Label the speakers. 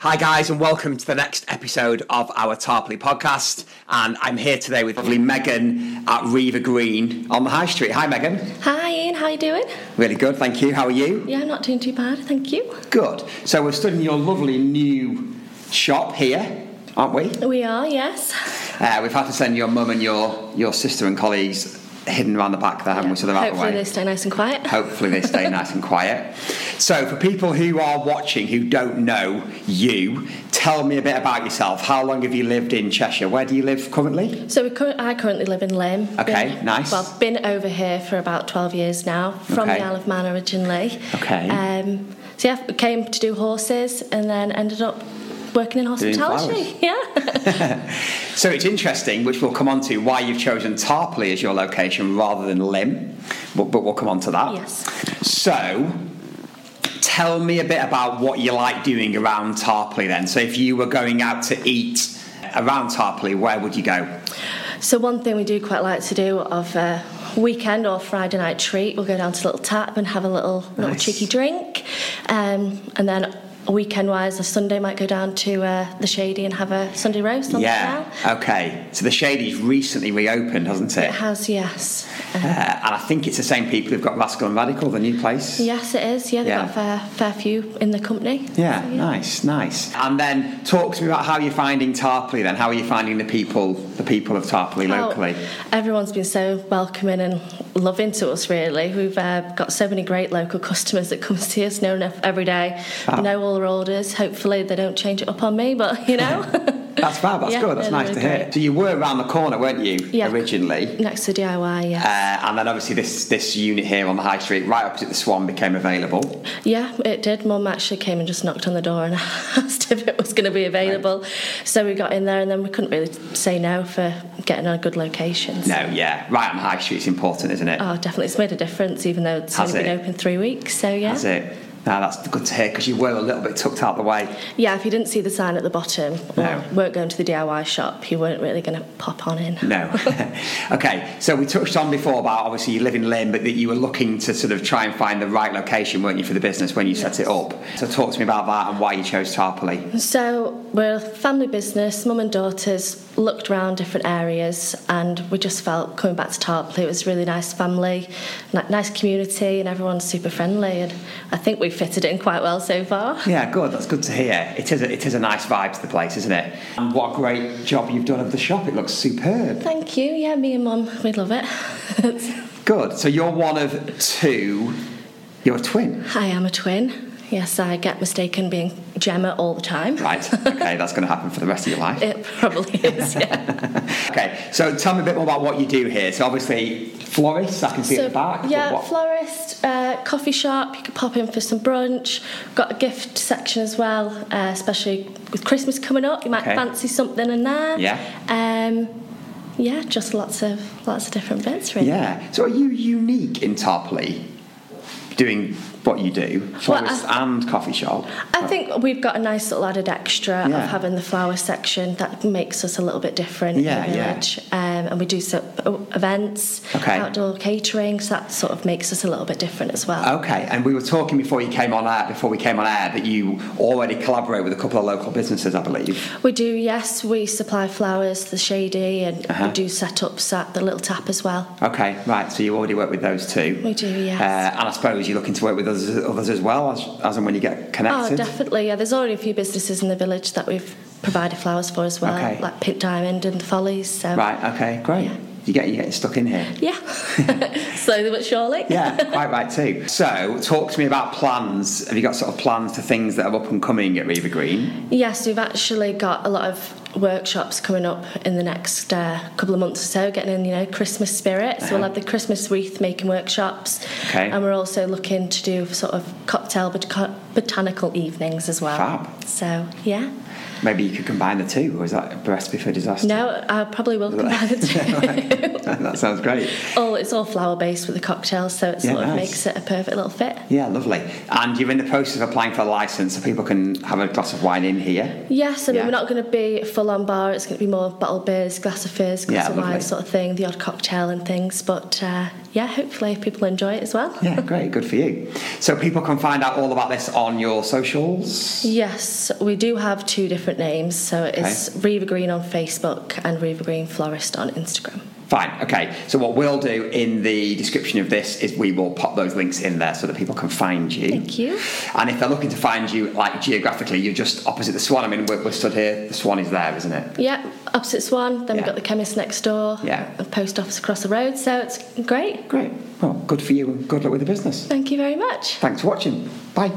Speaker 1: Hi, guys, and welcome to the next episode of our Tarpley podcast. And I'm here today with lovely Megan at Reaver Green on the High Street. Hi, Megan.
Speaker 2: Hi Ian, how you doing?
Speaker 1: Really good, thank you. How are you?
Speaker 2: Yeah, I'm not doing too bad, thank you.
Speaker 1: Good. So, we're stood in your lovely new shop here, aren't we?
Speaker 2: We are, yes.
Speaker 1: Uh, we've had to send your mum and your, your sister and colleagues hidden around the back there, haven't we? So they're out of the
Speaker 2: Hopefully
Speaker 1: way.
Speaker 2: they stay nice and quiet.
Speaker 1: Hopefully they stay nice and quiet. So, for people who are watching who don't know you, tell me a bit about yourself. How long have you lived in Cheshire? Where do you live currently?
Speaker 2: So we cur- I currently live in Lim.
Speaker 1: Okay,
Speaker 2: Been-
Speaker 1: nice.
Speaker 2: Well, been over here for about 12 years now, from
Speaker 1: Okay.
Speaker 2: the Isle of Man originally.
Speaker 1: Okay.
Speaker 2: Um, so yeah, came to do horses and then ended up working in hospitality. yeah.
Speaker 1: So, it's interesting, which we'll come on to, why you've chosen Tarpley as your location rather than Lim, but, but we'll come on to that.
Speaker 2: Yes.
Speaker 1: So, tell me a bit about what you like doing around Tarpley then. So, if you were going out to eat around Tarpley, where would you go?
Speaker 2: So one thing we do quite like to do of a weekend or Friday night treat, we'll go down to a little tap and have a little little
Speaker 1: Nice.
Speaker 2: cheeky drink, um, and then weekend wise, a Sunday might go down to uh, the Shady and have a Sunday roast on
Speaker 1: Yeah.
Speaker 2: the
Speaker 1: Okay. So the Shady's recently reopened, hasn't it?
Speaker 2: canal. Has yes,
Speaker 1: Uh, and I think it's the same people who've got Rascal and Radical, the new place.
Speaker 2: yes it is. Yeah, they've
Speaker 1: Yeah.
Speaker 2: got a fair fair few in the company.
Speaker 1: Yeah, nice, nice. And then talk to me about how you're finding Tarpley. Then, how are you finding the people, the people of Tarpley
Speaker 2: Well,
Speaker 1: locally?
Speaker 2: everyone's been so welcoming and loving to us, really. We've uh, got so many great local customers that come to see us, know enough every day,
Speaker 1: Fab.
Speaker 2: know all our orders. Hopefully, they don't change it up on me, but you know.
Speaker 1: That's fab. That's
Speaker 2: yeah,
Speaker 1: good. That's
Speaker 2: they're
Speaker 1: nice to
Speaker 2: really
Speaker 1: hear.
Speaker 2: great.
Speaker 1: So you were around the corner, weren't you?
Speaker 2: Yeah.
Speaker 1: Originally.
Speaker 2: Next to DIY,
Speaker 1: Uh,
Speaker 2: yeah.
Speaker 1: and then obviously this this unit here on the high street, right opposite the Swan, became available.
Speaker 2: yeah, it did. Mum actually came and just knocked on the door and asked if it was going to be available. So we got in there and then we couldn't really say no for getting a good location. so-
Speaker 1: No, yeah, right on the high street's important, isn't it?
Speaker 2: Oh, definitely. It's made a difference, even though it's
Speaker 1: Has
Speaker 2: only been
Speaker 1: it?
Speaker 2: open three weeks. So, yeah.
Speaker 1: That's it. Now that's good to hear because you were a little bit tucked out the way.
Speaker 2: Yeah, if you didn't see the sign at the bottom or
Speaker 1: No.
Speaker 2: weren't going to the DIY shop, you weren't really going to pop on in.
Speaker 1: No. okay, so we touched on before about obviously you live in Lynn, but that you were looking to sort of try and find the right location, weren't you, for the business when you set it up? So talk to me about that and why you chose Tarpley.
Speaker 2: So we're a family business, mum and daughters looked around different areas and we just felt coming back to Tarpley it was a really nice family, ni- nice community and everyone's super friendly and I think we've fitted in quite well so far.
Speaker 1: Yeah, good. That's good to hear. It is a, it is a nice vibe to the place, isn't it? And what a great job you've done of the shop. It looks superb.
Speaker 2: Thank you. Yeah, me and mum, we love it.
Speaker 1: Good. So you're one of two. You're a twin,
Speaker 2: I am a twin. Yes, I get mistaken being Gemma all the time.
Speaker 1: right? Okay, that's going to happen for the rest of your life.
Speaker 2: It probably is, yeah.
Speaker 1: Okay, so tell me a bit more about what you do here. So obviously, florists. I can see at the back. but
Speaker 2: Yeah,
Speaker 1: what-
Speaker 2: florist, uh, coffee shop. You could pop in for some brunch. Got a gift section as well, uh, especially with Christmas coming up. You might
Speaker 1: Okay.
Speaker 2: fancy something in there.
Speaker 1: Yeah.
Speaker 2: Um, yeah, just lots of lots of different bits really.
Speaker 1: Yeah. So are you unique in Tarpley doing what you do?
Speaker 2: Well, I-
Speaker 1: Florist and coffee shop.
Speaker 2: I think we've got a nice little added extra
Speaker 1: Yeah.
Speaker 2: of having the flower section that makes us a little bit different
Speaker 1: Yeah,
Speaker 2: in the
Speaker 1: yeah.
Speaker 2: village. Um, and we do so, o- events,
Speaker 1: Okay.
Speaker 2: outdoor catering, so that sort of makes us a little bit different as well.
Speaker 1: Okay, and we were talking before you came on air before we came on air that you already collaborate with a couple of local businesses, I believe.
Speaker 2: We do, yes. We supply flowers, the shady, and
Speaker 1: Uh-huh.
Speaker 2: we do setups at the little tap as well.
Speaker 1: Okay, right. So you already work with those two.
Speaker 2: We do, yes.
Speaker 1: Uh, and I suppose you're looking to work with others, others as well as, as and when you get connected.
Speaker 2: Oh, definitely. Yeah, there's already a few businesses in the village that we've provided flowers for as well,
Speaker 1: Okay.
Speaker 2: like Pink Diamond and the Follies. So
Speaker 1: Right. Okay. Great. You get you getting stuck in here.
Speaker 2: yeah, slowly but surely.
Speaker 1: Yeah, quite right too. So, talk to me about plans. Have you got sort of plans to things that are up and coming at Reaver Green?
Speaker 2: Yes, we've actually got a lot of workshops coming up in the next uh, couple of months or so, getting in, you know, Christmas spirit. So we'll have the Christmas wreath making workshops.
Speaker 1: Uh-huh. Okay.
Speaker 2: And we're also looking to do sort of cocktail bot- botanical evenings as well.
Speaker 1: Fab.
Speaker 2: So, yeah.
Speaker 1: Maybe you could combine the two, or is that a recipe for disaster?
Speaker 2: No, I probably will combine the
Speaker 1: that sounds great.
Speaker 2: two. all, it's all flower based with the cocktails, so it
Speaker 1: Yeah,
Speaker 2: sort of
Speaker 1: nice.
Speaker 2: makes it a perfect little fit.
Speaker 1: Yeah, lovely. And you're in the process of applying for a license so people can have a glass of wine in here.
Speaker 2: Yes, I mean,
Speaker 1: Yeah.
Speaker 2: we're not going to be full on bar. It's going to be more bottle beers, glass of fizz, glass
Speaker 1: Yeah,
Speaker 2: of wine
Speaker 1: lovely.
Speaker 2: sort of thing, the odd cocktail and things. But uh, yeah, hopefully people enjoy it as well.
Speaker 1: Yeah, great, good for you. So people can find out all about this on your socials.
Speaker 2: Yes, we do have two different names. So it's Reva Green on Facebook and Reva Green Florist on Instagram.
Speaker 1: Fine, okay. So what we'll do in the description of this is we will pop those links in there so that people can find you.
Speaker 2: Thank you.
Speaker 1: And if they're looking to find you, like geographically, you're just opposite the Swan. I mean, we're, we're stood here. The Swan is there, isn't it?
Speaker 2: Yeah, opposite Swan. Then
Speaker 1: Yeah.
Speaker 2: we've got the chemist next door.
Speaker 1: Yeah.
Speaker 2: The post office across the road. So it's great.
Speaker 1: Great. Well, good for you and good luck with the business.
Speaker 2: Thank you very much.
Speaker 1: Thanks for watching. Bye.